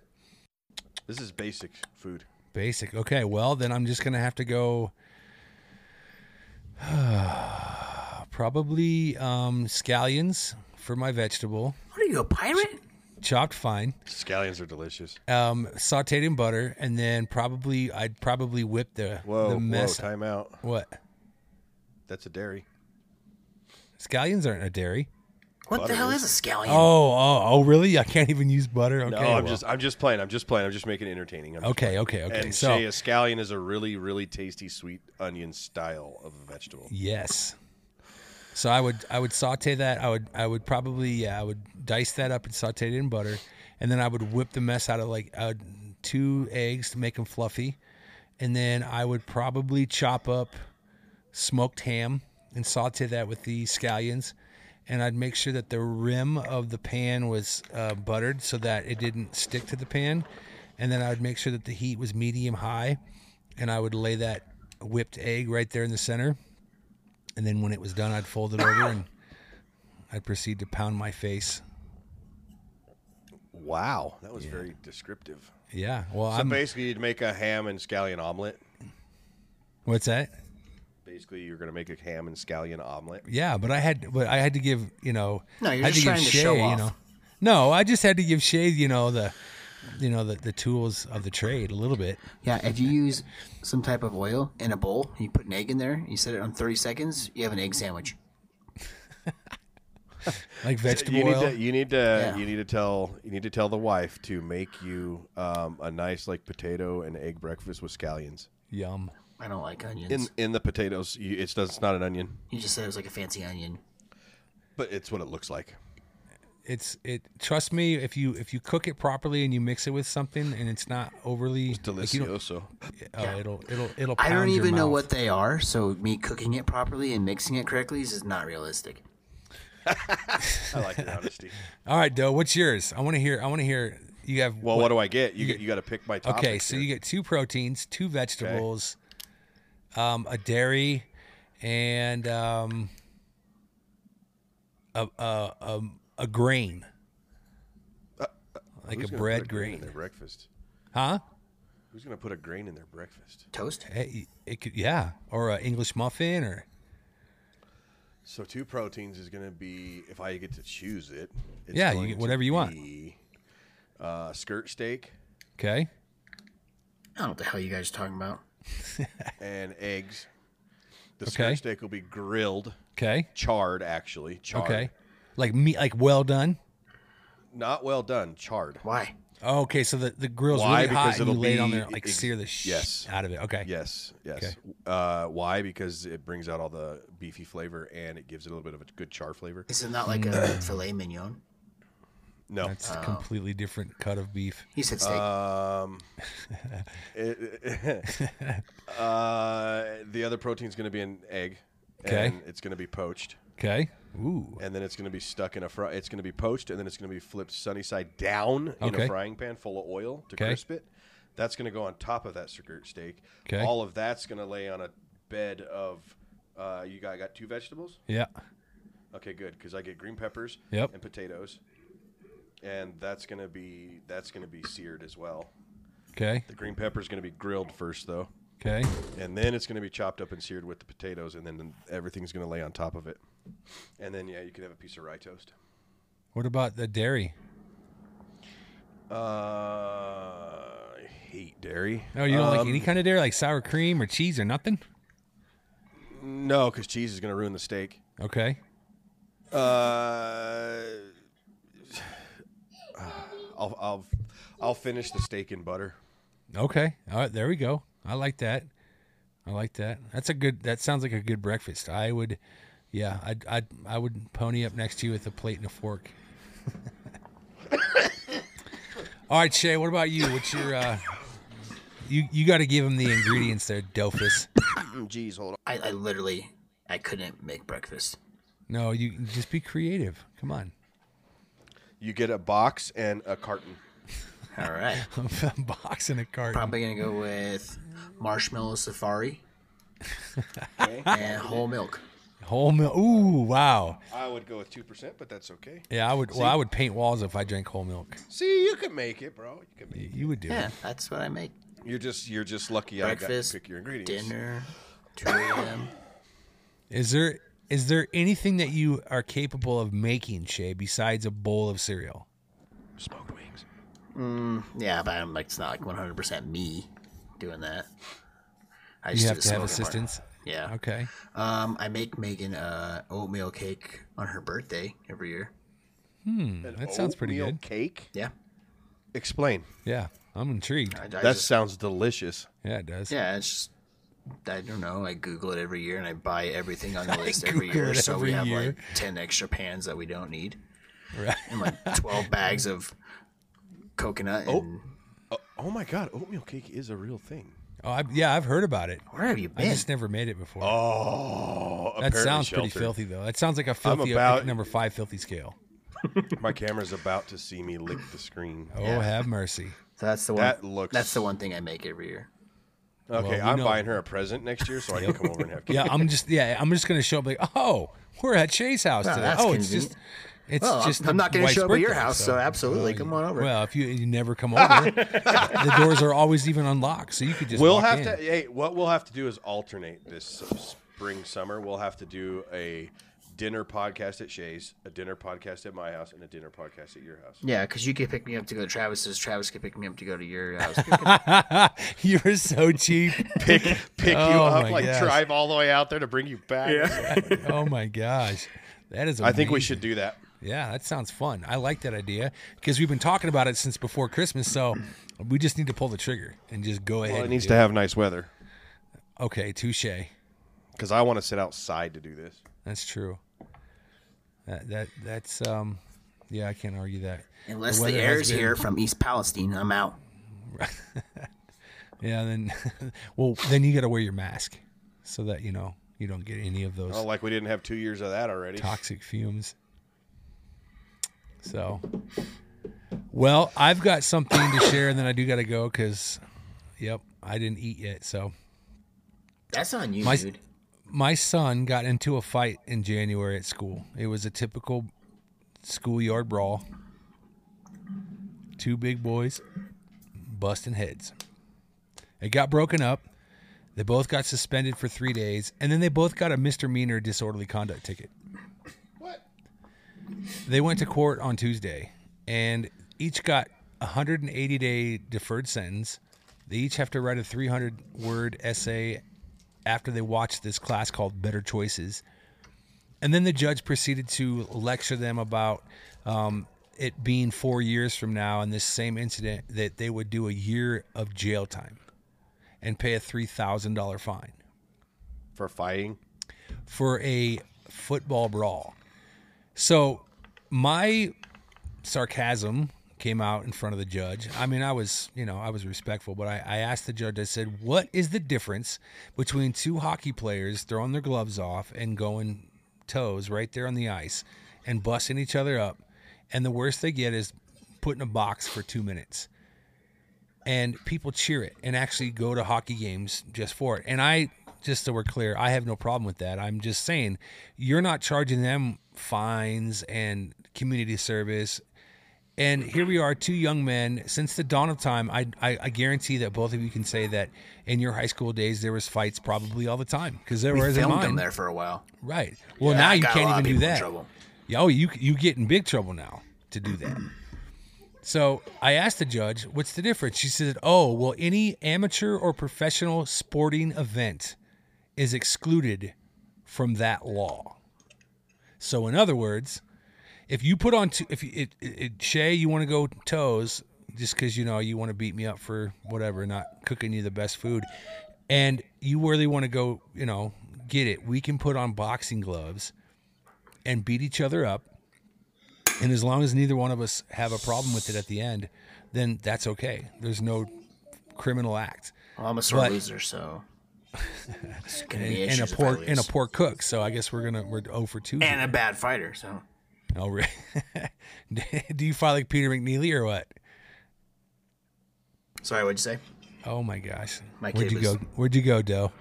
Speaker 2: this is basic food.
Speaker 1: Basic. Okay. Well, then I'm just gonna have to go. Probably um, scallions for my vegetable,
Speaker 3: What are you, a pirate?
Speaker 1: chopped fine,
Speaker 2: Scallions are delicious.
Speaker 1: um, sautéed in butter, and then probably I'd probably whip the
Speaker 2: Whoa,
Speaker 1: the
Speaker 2: whoa,
Speaker 1: mess.
Speaker 2: time out.
Speaker 1: What?
Speaker 2: That's a dairy.
Speaker 1: Scallions aren't a dairy.
Speaker 3: What the hell is a scallion?
Speaker 1: Oh, oh, oh, really? I can't even use butter. Okay,
Speaker 2: No, I'm
Speaker 1: well.
Speaker 2: just, I'm just playing. I'm just playing. I'm just making it entertaining. I'm just
Speaker 1: okay, okay,
Speaker 2: playing.
Speaker 1: okay.
Speaker 2: And
Speaker 1: so
Speaker 2: say a scallion is a really, really tasty sweet onion style of a vegetable.
Speaker 1: yes, so I would I would saute that. I would I would probably yeah I would dice that up and saute it in butter, and then I would whip the mess out of like uh, two eggs to make them fluffy, and then I would probably chop up smoked ham and saute that with the scallions. And I'd make sure that the rim of the pan was uh, buttered so that it didn't stick to the pan. And then I would make sure that the heat was medium high. And I would lay that whipped egg right there in the center. And then when it was done, I'd fold it over and I'd proceed to pound my face.
Speaker 2: Wow, that was very descriptive.
Speaker 1: Yeah. Well,
Speaker 2: So
Speaker 1: I'm.
Speaker 2: basically, you'd make a ham and scallion omelet.
Speaker 1: What's that?
Speaker 2: Basically, you're gonna make a ham and scallion omelet.
Speaker 1: Yeah, but I had, but I had to give you know.
Speaker 3: No, you're
Speaker 1: I had
Speaker 3: just
Speaker 1: give
Speaker 3: trying to show
Speaker 1: you
Speaker 3: off.
Speaker 1: know. No, I just had to give Shay, you know the, you know the, the tools of the trade a little bit.
Speaker 3: Yeah, if you use some type of oil in a bowl, you put an egg in there, you set it on 30 seconds, you have an egg sandwich.
Speaker 1: Like vegetable
Speaker 2: You need
Speaker 1: oil.
Speaker 2: to you need to
Speaker 3: Yeah.
Speaker 2: you need to tell you need to tell the wife to make you um, a nice like potato and egg breakfast with scallions.
Speaker 1: Yum.
Speaker 3: I don't like onions.
Speaker 2: In in the potatoes, you, it's it's not an onion,
Speaker 3: you just said it was like a fancy onion.
Speaker 2: but it's what it looks like.
Speaker 1: It's it. Trust me, if you if you cook it properly and you mix it with something and it's not overly like you don't-
Speaker 2: Delicioso.
Speaker 1: oh, it'll it'll it'll.
Speaker 3: I don't
Speaker 1: pound your
Speaker 3: even know
Speaker 1: mouth.
Speaker 3: what they are, so me cooking it properly and mixing it correctly is not realistic.
Speaker 2: I like your honesty.
Speaker 1: All right, Doe. What's yours? I want to hear. I want to hear. You have
Speaker 2: Well, what, do I get? You get, you got to pick my topic.
Speaker 1: Okay, so you get two proteins, two vegetables, um, a dairy, and um, a, a, a, a grain,
Speaker 2: Uh,
Speaker 1: like a bread
Speaker 2: in
Speaker 1: grain,
Speaker 2: their breakfast.
Speaker 1: huh?
Speaker 2: Who's gonna put a grain in their breakfast?
Speaker 3: Toast?
Speaker 1: Hey, it could, yeah, or an English muffin, or
Speaker 2: So two proteins is gonna be if I get to choose it. It's
Speaker 1: Yeah, you
Speaker 2: going
Speaker 1: get
Speaker 2: to
Speaker 1: whatever you want.
Speaker 2: be, Uh, skirt steak
Speaker 1: okay,
Speaker 3: I don't know what the hell you guys are talking about.
Speaker 2: and eggs. The
Speaker 1: Okay.
Speaker 2: skirt steak will be grilled,
Speaker 1: okay,
Speaker 2: charred actually, charred.
Speaker 1: okay, like meat, like well done.
Speaker 2: Not well done, charred.
Speaker 3: Why?
Speaker 1: Oh, okay, so the the grill's
Speaker 2: Why?
Speaker 1: really hot,
Speaker 2: Because
Speaker 1: and you
Speaker 2: it'll
Speaker 1: lay it on
Speaker 2: be
Speaker 1: there, like
Speaker 2: ex-
Speaker 1: sear the shit
Speaker 2: yes.
Speaker 1: out of it. Okay,
Speaker 2: Yes, yes. Uh, why? Because it brings out all the beefy flavor and it gives it a little bit of a good char flavor.
Speaker 3: Is it not like
Speaker 1: Mm.
Speaker 3: a filet mignon?
Speaker 2: No,
Speaker 1: that's a completely different cut of beef.
Speaker 3: You said steak.
Speaker 1: Uh,
Speaker 2: Um, it- uh, the other protein's going to be an egg,
Speaker 1: Okay.
Speaker 2: and it's going to be poached,
Speaker 1: Okay, ooh,
Speaker 2: and then it's going to be stuck in a fry. It's going to be poached, and then it's going to be flipped sunny side down in
Speaker 1: Okay.
Speaker 2: a frying pan full of oil to
Speaker 1: Okay.
Speaker 2: crisp it. That's going to go on top of that skirt steak.
Speaker 1: Okay.
Speaker 2: All of that's going to lay on a bed of. Uh, you got got two vegetables.
Speaker 1: yeah,
Speaker 2: Okay, good, because I get green peppers
Speaker 1: Yep.
Speaker 2: and potatoes, and that's gonna be that's gonna be seared as well.
Speaker 1: okay,
Speaker 2: The green pepper's going to be grilled first, though,
Speaker 1: okay.
Speaker 2: and then it's going to be chopped up and seared with the potatoes, and then everything's going to lay on top of it. And then, yeah, you can have a piece of rye toast.
Speaker 1: What about the dairy?
Speaker 2: Uh, I Uh, hate dairy. Um,
Speaker 1: Oh, you don't like any kind of dairy, like sour cream or cheese or nothing?
Speaker 2: No, because cheese is going to ruin the steak.
Speaker 1: Okay.
Speaker 2: Uh, I'll, I'll, I'll finish the steak in butter.
Speaker 1: Okay. All right. There we go. I like that. I like that. That's a good, that sounds like a good breakfast. I would, yeah, I'd, I'd, I would pony up next to you with a plate and a fork. All right, Shay. What about you? What's your uh, you you got to give him the ingredients there, Dofus.
Speaker 2: Jeez, Mm, hold on.
Speaker 3: I, I literally I couldn't make breakfast.
Speaker 1: No, you just be creative. Come on,
Speaker 2: You get a box and a carton.
Speaker 3: All right.
Speaker 1: box in a cart.
Speaker 3: Probably gonna go with marshmallow safari and whole milk.
Speaker 1: Whole milk. Ooh, wow.
Speaker 2: I would go with two percent, but that's okay.
Speaker 1: Yeah, I would. Well, I would paint walls if I drank whole milk.
Speaker 2: See, you can make it, bro. You can make.
Speaker 1: You would do it.
Speaker 3: Yeah, that's what I make.
Speaker 2: You're just you're just lucky I got to
Speaker 3: Breakfast,
Speaker 2: pick your ingredients.
Speaker 3: dinner, two a.m.
Speaker 1: Is there is there anything that you are capable of making, Shay, besides a bowl of cereal?
Speaker 2: Smoked wings.
Speaker 3: Yeah, but I'm like it's not like 100 percent me doing that. I
Speaker 1: You
Speaker 3: do
Speaker 1: have
Speaker 3: the
Speaker 1: to have
Speaker 3: smoking part.
Speaker 1: assistance.
Speaker 3: Yeah.
Speaker 1: Okay.
Speaker 3: Um, I make Megan a oatmeal cake on her birthday every year.
Speaker 1: Mm, That sounds pretty good.
Speaker 2: Cake.
Speaker 3: Yeah.
Speaker 2: Explain.
Speaker 1: Yeah, I'm intrigued.
Speaker 3: I, I
Speaker 2: That
Speaker 3: just-
Speaker 2: sounds delicious.
Speaker 1: Yeah, it does.
Speaker 3: yeah. It's just I don't know. I Google it every year and I buy everything on the list every
Speaker 1: Google
Speaker 3: year,
Speaker 1: it
Speaker 3: so
Speaker 1: every
Speaker 3: we have
Speaker 1: year.
Speaker 3: like 10 extra pans that we don't need.
Speaker 1: Right.
Speaker 3: and like 12 bags of coconut. And
Speaker 2: Oh, oh my god, oatmeal cake is a real thing.
Speaker 1: Oh, I, yeah, I've heard about it.
Speaker 3: where have you
Speaker 1: I
Speaker 3: been?
Speaker 1: just never made it before.
Speaker 2: Oh,
Speaker 1: that sounds pretty filthy, though. That sounds like a filthy
Speaker 2: about-
Speaker 1: number five filthy scale.
Speaker 2: My camera's about to see me lick the screen.
Speaker 1: Oh, have mercy.
Speaker 3: So that's the one.
Speaker 2: That looks-
Speaker 3: That's the one thing I make every year.
Speaker 2: Okay,
Speaker 1: we
Speaker 2: I'm
Speaker 1: know.
Speaker 2: buying her a present next year so I can come over and have cake.
Speaker 1: Yeah, I'm just yeah, I'm just gonna show up like, oh, we're at Shay's house
Speaker 3: Wow,
Speaker 1: today.
Speaker 3: that's
Speaker 1: oh, it's
Speaker 3: convenient.
Speaker 1: just it's
Speaker 3: Well, I'm-
Speaker 1: just
Speaker 3: I'm
Speaker 1: the
Speaker 3: not gonna
Speaker 1: wife's
Speaker 3: show up at your
Speaker 1: birthday,
Speaker 3: house, so absolutely, come on over.
Speaker 1: Well, if you, you never come over, the doors are always even unlocked, so you could just
Speaker 2: We'll
Speaker 1: walk
Speaker 2: have
Speaker 1: in.
Speaker 2: to. Hey, what we'll have to do is alternate this s- spring summer. We'll have to do a dinner podcast at Shay's, a dinner podcast at my house, and a dinner podcast at your house.
Speaker 3: Yeah, because you could pick me up to go to Travis's. Travis could pick me up to go to your house.
Speaker 1: You're so cheap.
Speaker 2: Pick pick you
Speaker 1: Oh
Speaker 2: up,
Speaker 1: my
Speaker 2: like
Speaker 1: gosh.
Speaker 2: drive all the way out there to bring you back.
Speaker 1: oh my gosh. That is
Speaker 2: I think we
Speaker 1: amazing.
Speaker 2: should do that.
Speaker 1: Yeah, that sounds fun. I like that idea because we've been talking about it since before Christmas, so we just need to pull the trigger and just go ahead.
Speaker 2: Well, it
Speaker 1: and
Speaker 2: needs
Speaker 1: do
Speaker 2: to have nice weather
Speaker 1: it. Okay, touche.
Speaker 2: because I want to sit outside to do this.
Speaker 1: That's true. That, that that's um yeah, I can't argue that.
Speaker 3: Unless
Speaker 1: The
Speaker 3: the,
Speaker 1: weather
Speaker 3: air
Speaker 1: has
Speaker 3: is
Speaker 1: been-
Speaker 3: here from East Palestine, I'm out.
Speaker 1: Yeah, then well, then you got to wear your mask so that you know you don't get any of those
Speaker 2: Oh, like we didn't have two years of that already.
Speaker 1: toxic fumes. So, well, I've got something to share, and then I do got to go because, yep, I didn't eat yet. So,
Speaker 3: That's on you,
Speaker 1: My-
Speaker 3: dude.
Speaker 1: my son got into a fight in January at school. It was a typical schoolyard brawl. Two big boys busting heads. It got broken up. They both got suspended for three days, and then they both got a misdemeanor disorderly conduct ticket.
Speaker 2: What?
Speaker 1: They went to court on Tuesday, and each got a 180 day deferred sentence. They each have to write a 300 word essay after they watched this class called Better Choices. And then the judge proceeded to lecture them about um, it being four years from now and this same incident that they would do a year of jail time and pay a $3,000 fine
Speaker 2: For fighting?
Speaker 1: for a football brawl. So my sarcasm came out in front of the judge. I mean, I was, you know, I was respectful, but I, I asked the judge, I said, what is the difference between two hockey players throwing their gloves off and going toes right there on the ice and busting each other up? And the worst they get is put in a box for two minutes and people cheer it and actually go to hockey games just for it. And I, just so we're clear, I have no problem with that. I'm just saying, you're not charging them fines and community service. And here we are, two young men. Since the dawn of time, I, I, I guarantee that both of you can say that in your high school days there was fights probably all the time because there
Speaker 3: We
Speaker 1: was in
Speaker 3: filmed
Speaker 1: mine.
Speaker 3: them there for a while.
Speaker 1: Right. Well, now
Speaker 3: I
Speaker 1: you
Speaker 3: got a
Speaker 1: can't
Speaker 3: lot of
Speaker 1: even do
Speaker 3: people in
Speaker 1: that.
Speaker 3: trouble.
Speaker 1: Yeah, Oh, you you get in big trouble now to do that. So I asked the judge, "What's the difference?" She said, "Oh, well, any amateur or professional sporting event is excluded from that law." So, in other words, if you put on, two, if you, it, it, it, Shay, you want to go toes just because you know you want to beat me up for whatever, not cooking you the best food, and you really want to go, you know, get it, we can put on boxing gloves and beat each other up. And as long as neither one of us have a problem with it at the end, then that's okay. There's no criminal act.
Speaker 3: Well, I'm a sore
Speaker 1: But-
Speaker 3: loser, so it's gonna
Speaker 1: And,
Speaker 3: be
Speaker 1: and a
Speaker 3: issues if I
Speaker 1: poor
Speaker 3: lose.
Speaker 1: and a poor cook. So I guess we're gonna we're 0 for two.
Speaker 3: and a bad fighter. So
Speaker 1: Oh, re- do you fight like Peter McNeely or what?
Speaker 3: sorry, what'd you say?
Speaker 1: Oh my gosh,
Speaker 3: My
Speaker 1: where'd you go?
Speaker 3: cables.
Speaker 1: Where'd you go, Doe?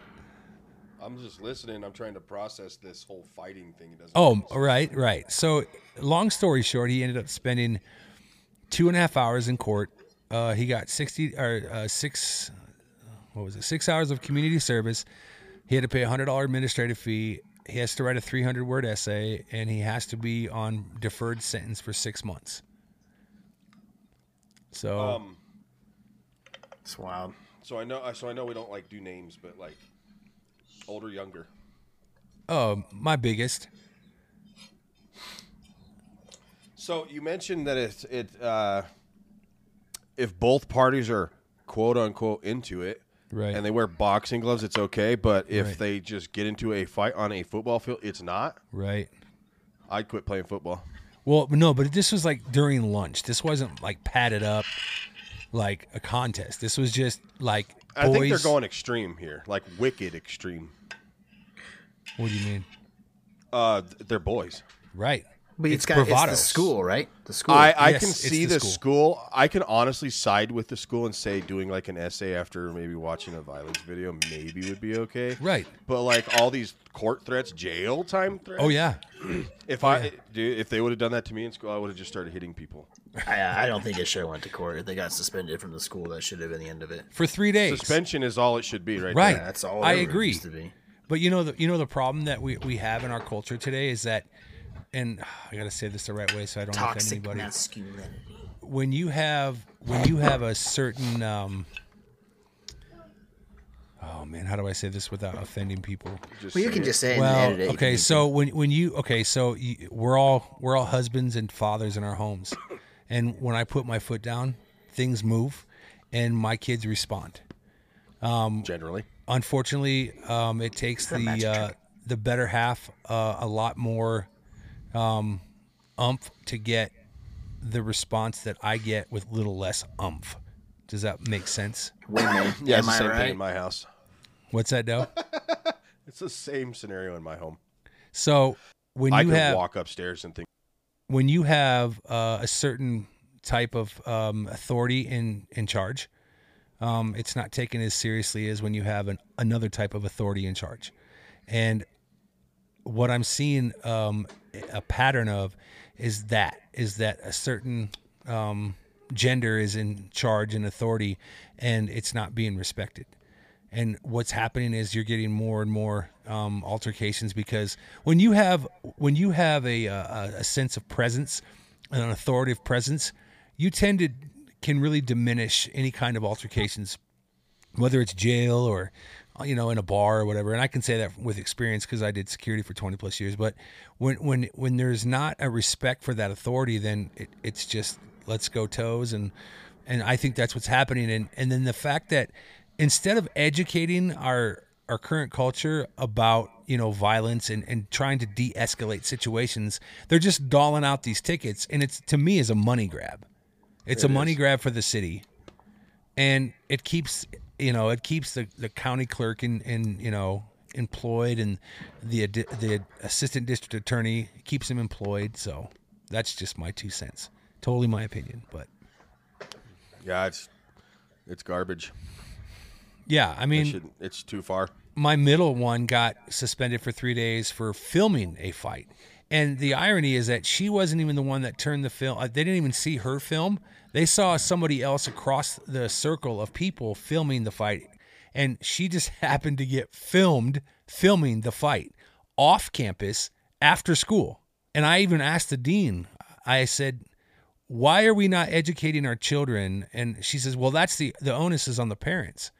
Speaker 2: I'm just listening. I'm trying to process this whole fighting thing. It doesn't.
Speaker 1: Oh, right, right. So, long story short, he ended up spending two and a half hours in court. Uh, he got sixty or uh, six. What was it? Six hours of community service. He had to pay a hundred dollar administrative fee. He has to write a three hundred word essay, and he has to be on deferred sentence for six months. So
Speaker 3: It's wild.
Speaker 2: So I know. I- So I know we don't like do names, but like older, younger.
Speaker 1: Oh, my biggest.
Speaker 2: So you mentioned that it's it. Uh, if both parties are quote unquote into it,
Speaker 1: Right.
Speaker 2: and they wear boxing gloves, it's okay. But if
Speaker 1: Right.
Speaker 2: they just get into a fight on a football field, it's not.
Speaker 1: Right.
Speaker 2: I'd quit playing football.
Speaker 1: Well, no, but this was like during lunch. This wasn't like padded up like a contest. This was just like boys.
Speaker 2: I think they're going extreme here, like wicked extreme.
Speaker 1: What do you mean?
Speaker 2: Uh, th- they're boys.
Speaker 1: Right.
Speaker 3: But it's
Speaker 1: It's
Speaker 3: got it's the
Speaker 1: bravado.
Speaker 3: school, right? The school.
Speaker 2: I, I
Speaker 1: Yes,
Speaker 2: can
Speaker 1: it's
Speaker 2: see
Speaker 1: the
Speaker 2: the,
Speaker 1: school.
Speaker 2: school. I can honestly side with the school and say doing like an essay after maybe watching a violence video maybe would be okay.
Speaker 1: Right.
Speaker 2: But like all these court threats, jail time threats.
Speaker 1: Oh yeah. Oh,
Speaker 2: If I dude, if they would have done that to me in school, I would have just started hitting people.
Speaker 3: I, I don't think it should have went to court. If they got suspended from the school, that should have been the end of it.
Speaker 1: For 3 days.
Speaker 2: Suspension is all it should be, right?
Speaker 1: Right.
Speaker 2: there.
Speaker 3: Yeah, that's all.
Speaker 1: I
Speaker 3: it ever
Speaker 1: agree.
Speaker 3: Used to be.
Speaker 1: But you know the you know the problem that we we have in our culture today is that and I got to say this the right way so I don't offend
Speaker 3: Toxic
Speaker 1: anybody.
Speaker 3: masculinity.
Speaker 1: when you have when you have a certain um oh man how do i say this without offending people
Speaker 2: Just
Speaker 3: Well, you
Speaker 2: say
Speaker 3: can
Speaker 2: it.
Speaker 3: just say it
Speaker 1: well
Speaker 3: and edit it. if you
Speaker 1: okay
Speaker 3: need
Speaker 1: so when when you okay so you, we're all we're all husbands and fathers in our homes and when i put my foot down things move and my kids respond
Speaker 2: generally.
Speaker 1: unfortunately, um, it takes the uh, the better half uh, a lot more um, umph to get the response that I get with little less umph. Does that make sense?
Speaker 3: to. Women.
Speaker 2: Yeah, it's
Speaker 3: am
Speaker 2: the
Speaker 3: I
Speaker 2: same
Speaker 3: right?
Speaker 2: thing in my house.
Speaker 1: What's that, though?
Speaker 2: It's the same scenario in my home.
Speaker 1: so when
Speaker 2: I
Speaker 1: you
Speaker 2: could
Speaker 1: have
Speaker 2: walk upstairs and think
Speaker 1: when you have uh, a certain type of um, authority in in charge, um, it's not taken as seriously as when you have an, another type of authority in charge. And what I'm seeing um, a pattern of is that is that a certain um, gender is in charge and authority, and it's not being respected. And what's happening is you're getting more and more um, altercations because when you have when you have a, a, a sense of presence, an authoritative presence, you tend to can really diminish any kind of altercations whether it's jail or uh, you know in a bar or whatever and i can say that with experience because i did security for 20 plus years but when when when there's not a respect for that authority then it, it's just let's go toes and and i think that's what's happening and and then the fact that instead of educating our our current culture about you know violence and, and trying to de-escalate situations they're just doling out these tickets and it's to me is a money grab it's a money grab for the city and it keeps you know it keeps the, the county clerk in, in you know employed and the ad- the assistant district attorney keeps him employed so that's just my two cents totally my opinion but
Speaker 2: Yeah, it's it's garbage.
Speaker 1: yeah i
Speaker 2: It
Speaker 1: mean
Speaker 2: shouldn't it's too far.
Speaker 1: my middle one got suspended for three days for filming a fight. And the irony is that she wasn't even the one that turned the film. uh, They didn't even see her film. They saw somebody else across the circle of people filming the fight. And she just happened to get filmed filming the fight off campus after school. And I even asked the dean, I said, why are we not educating our children? And she says, well, that's the, the onus is on the parents.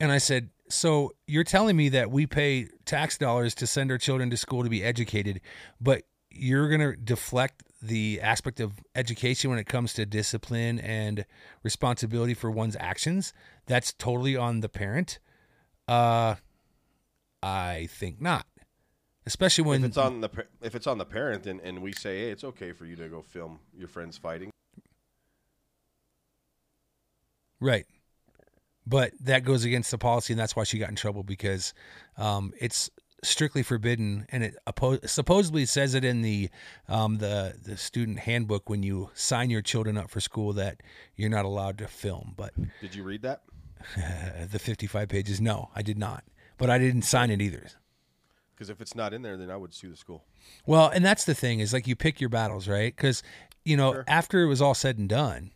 Speaker 1: And I said, So you're telling me that we pay tax dollars to send our children to school to be educated, but you're going to deflect the aspect of education when it comes to discipline and responsibility for one's actions? That's totally on the parent? Uh, I think not. Especially when
Speaker 2: If it's on the par- if it's on the parent and, and we say, hey, it's okay for you to go film your friends fighting.
Speaker 1: Right. But that goes against the policy, and that's why she got in trouble because um, it's strictly forbidden, and it oppo- supposedly says it in the um, the the student handbook when you sign your children up for school that you're not allowed to film. But
Speaker 2: Did you read that?
Speaker 1: uh, the 55 pages, no, I did not. But I didn't sign it either.
Speaker 2: Because if it's not in there, then I would sue the school.
Speaker 1: Well, and that's the thing is like you pick your battles, right? Because you know after it was all said and done,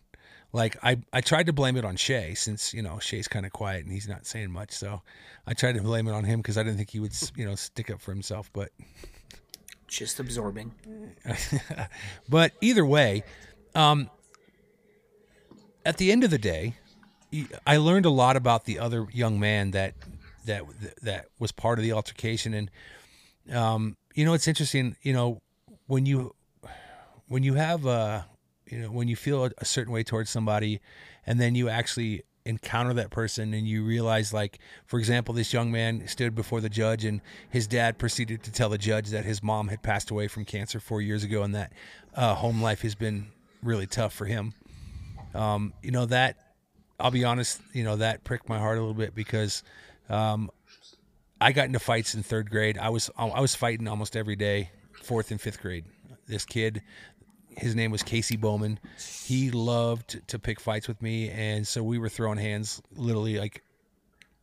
Speaker 1: like I I tried to blame it on Shay since you know Shay's kind of quiet and he's not saying much, so I tried to blame it on him because I didn't think he would s- you know stick up for himself. But
Speaker 3: Just absorbing.
Speaker 1: but either way, um, at the end of the day, y- I learned a lot about the other young man that that that was part of the altercation, and um, you know, it's interesting. You know, when you when you have a you know when you feel a, a certain way towards somebody, and then you actually encounter that person and you realize like for example this young man stood before the judge and his dad proceeded to tell the judge that his mom had passed away from cancer four years ago and that uh, home life has been really tough for him um, you know that i'll be honest you know that pricked my heart a little bit because um, i got into fights in third grade i was i was fighting almost every day fourth and fifth grade this kid his name was Casey Bowman. He loved to pick fights with me, and so we were throwing hands literally like,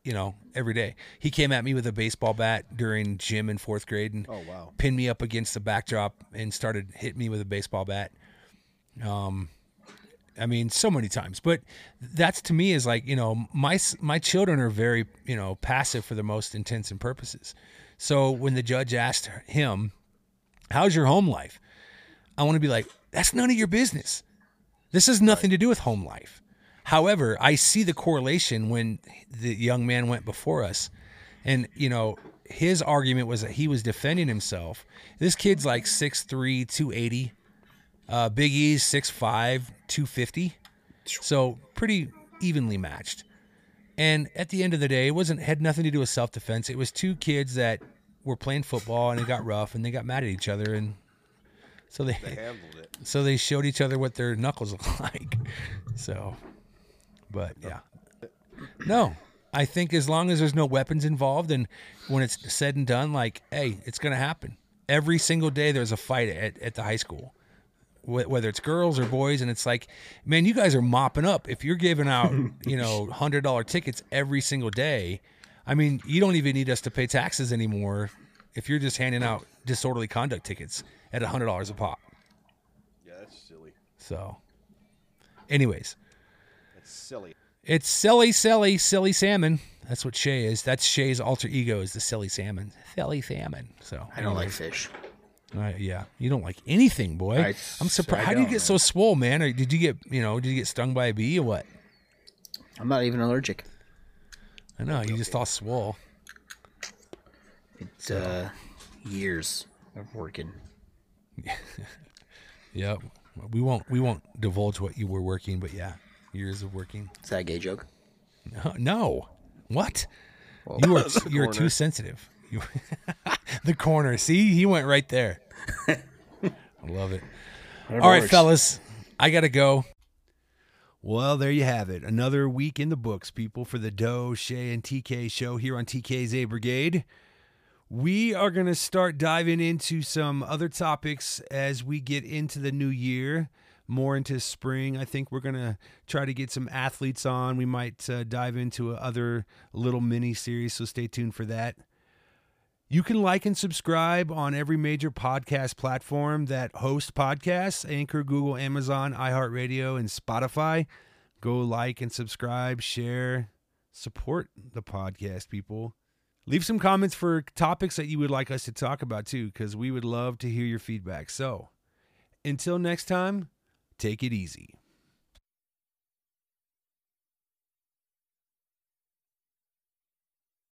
Speaker 1: you know, every day. He came at me with a baseball bat during gym in fourth grade and
Speaker 2: Oh wow.
Speaker 1: pinned me up against the backdrop and started hitting me with a baseball bat. Um, I mean, so many times. But that's to me is like you know my s- my children are very you know passive for the most intents and purposes. So when the judge asked him, "How's your home life?" I want to be like, "That's none of your business. This has nothing to do with home life." However, I see the correlation when the young man went before us and you know his argument was that he was defending himself this kid's like 6'3 280 uh big e's 6'5 250 so pretty evenly matched and at the end of the day it wasn't had nothing to do with self-defense it was two kids that were playing football and it got rough and they got mad at each other and so they
Speaker 2: Handled it.
Speaker 1: so they showed each other what their knuckles look like. So, but yeah, no. I think as long as there's no weapons involved, and when it's said and done, like, hey, it's gonna happen. Every single day there's a fight at, at the high school, Wh- whether it's girls or boys, and it's like, man, you guys are mopping up. If you're giving out, you know, hundred dollar tickets every single day, I mean, you don't even need us to pay taxes anymore. If you're just handing out disorderly conduct tickets at hundred dollars a pop,
Speaker 2: Yeah, that's silly.
Speaker 1: so, anyways,
Speaker 2: That's silly.
Speaker 1: it's silly, silly, silly salmon. That's what Shay is. That's Shay's alter ego is the silly salmon, silly salmon. So
Speaker 3: I don't like fish.
Speaker 1: Uh, yeah, you don't like anything, boy. I,
Speaker 3: I-
Speaker 1: am surprised.
Speaker 3: I
Speaker 1: How do you
Speaker 3: don't,
Speaker 1: get so swole, man? Or did you get you know did you get stung by a bee or what?
Speaker 3: I'm not even allergic.
Speaker 1: I know you just all swole.
Speaker 3: It's uh, years of working.
Speaker 1: Yep. We won't we won't divulge what you were working, but yeah, years of working.
Speaker 3: Is that a gay joke?
Speaker 1: No, no. what? you are you're too
Speaker 2: corner.
Speaker 1: sensitive. You, the corner. See, he went right there. I love it. All right, fellas, I gotta go.
Speaker 4: Well, there you have it. Another week in the books, people, for the Doe, Shay, and TK show here on TK's A Brigade. We are going to start diving into some other topics as we get into the new year, more into spring. I think we're going to try to get some athletes on. We might uh, dive into a other little mini series, so stay tuned for that. You can like and subscribe on every major podcast platform that hosts podcasts Anchor, Google, Amazon, iHeartRadio, and Spotify. Go like and subscribe, share, support the podcast, people. Leave some comments for topics that you would like us to talk about, too, because we would love to hear your feedback. So until next time, take it easy.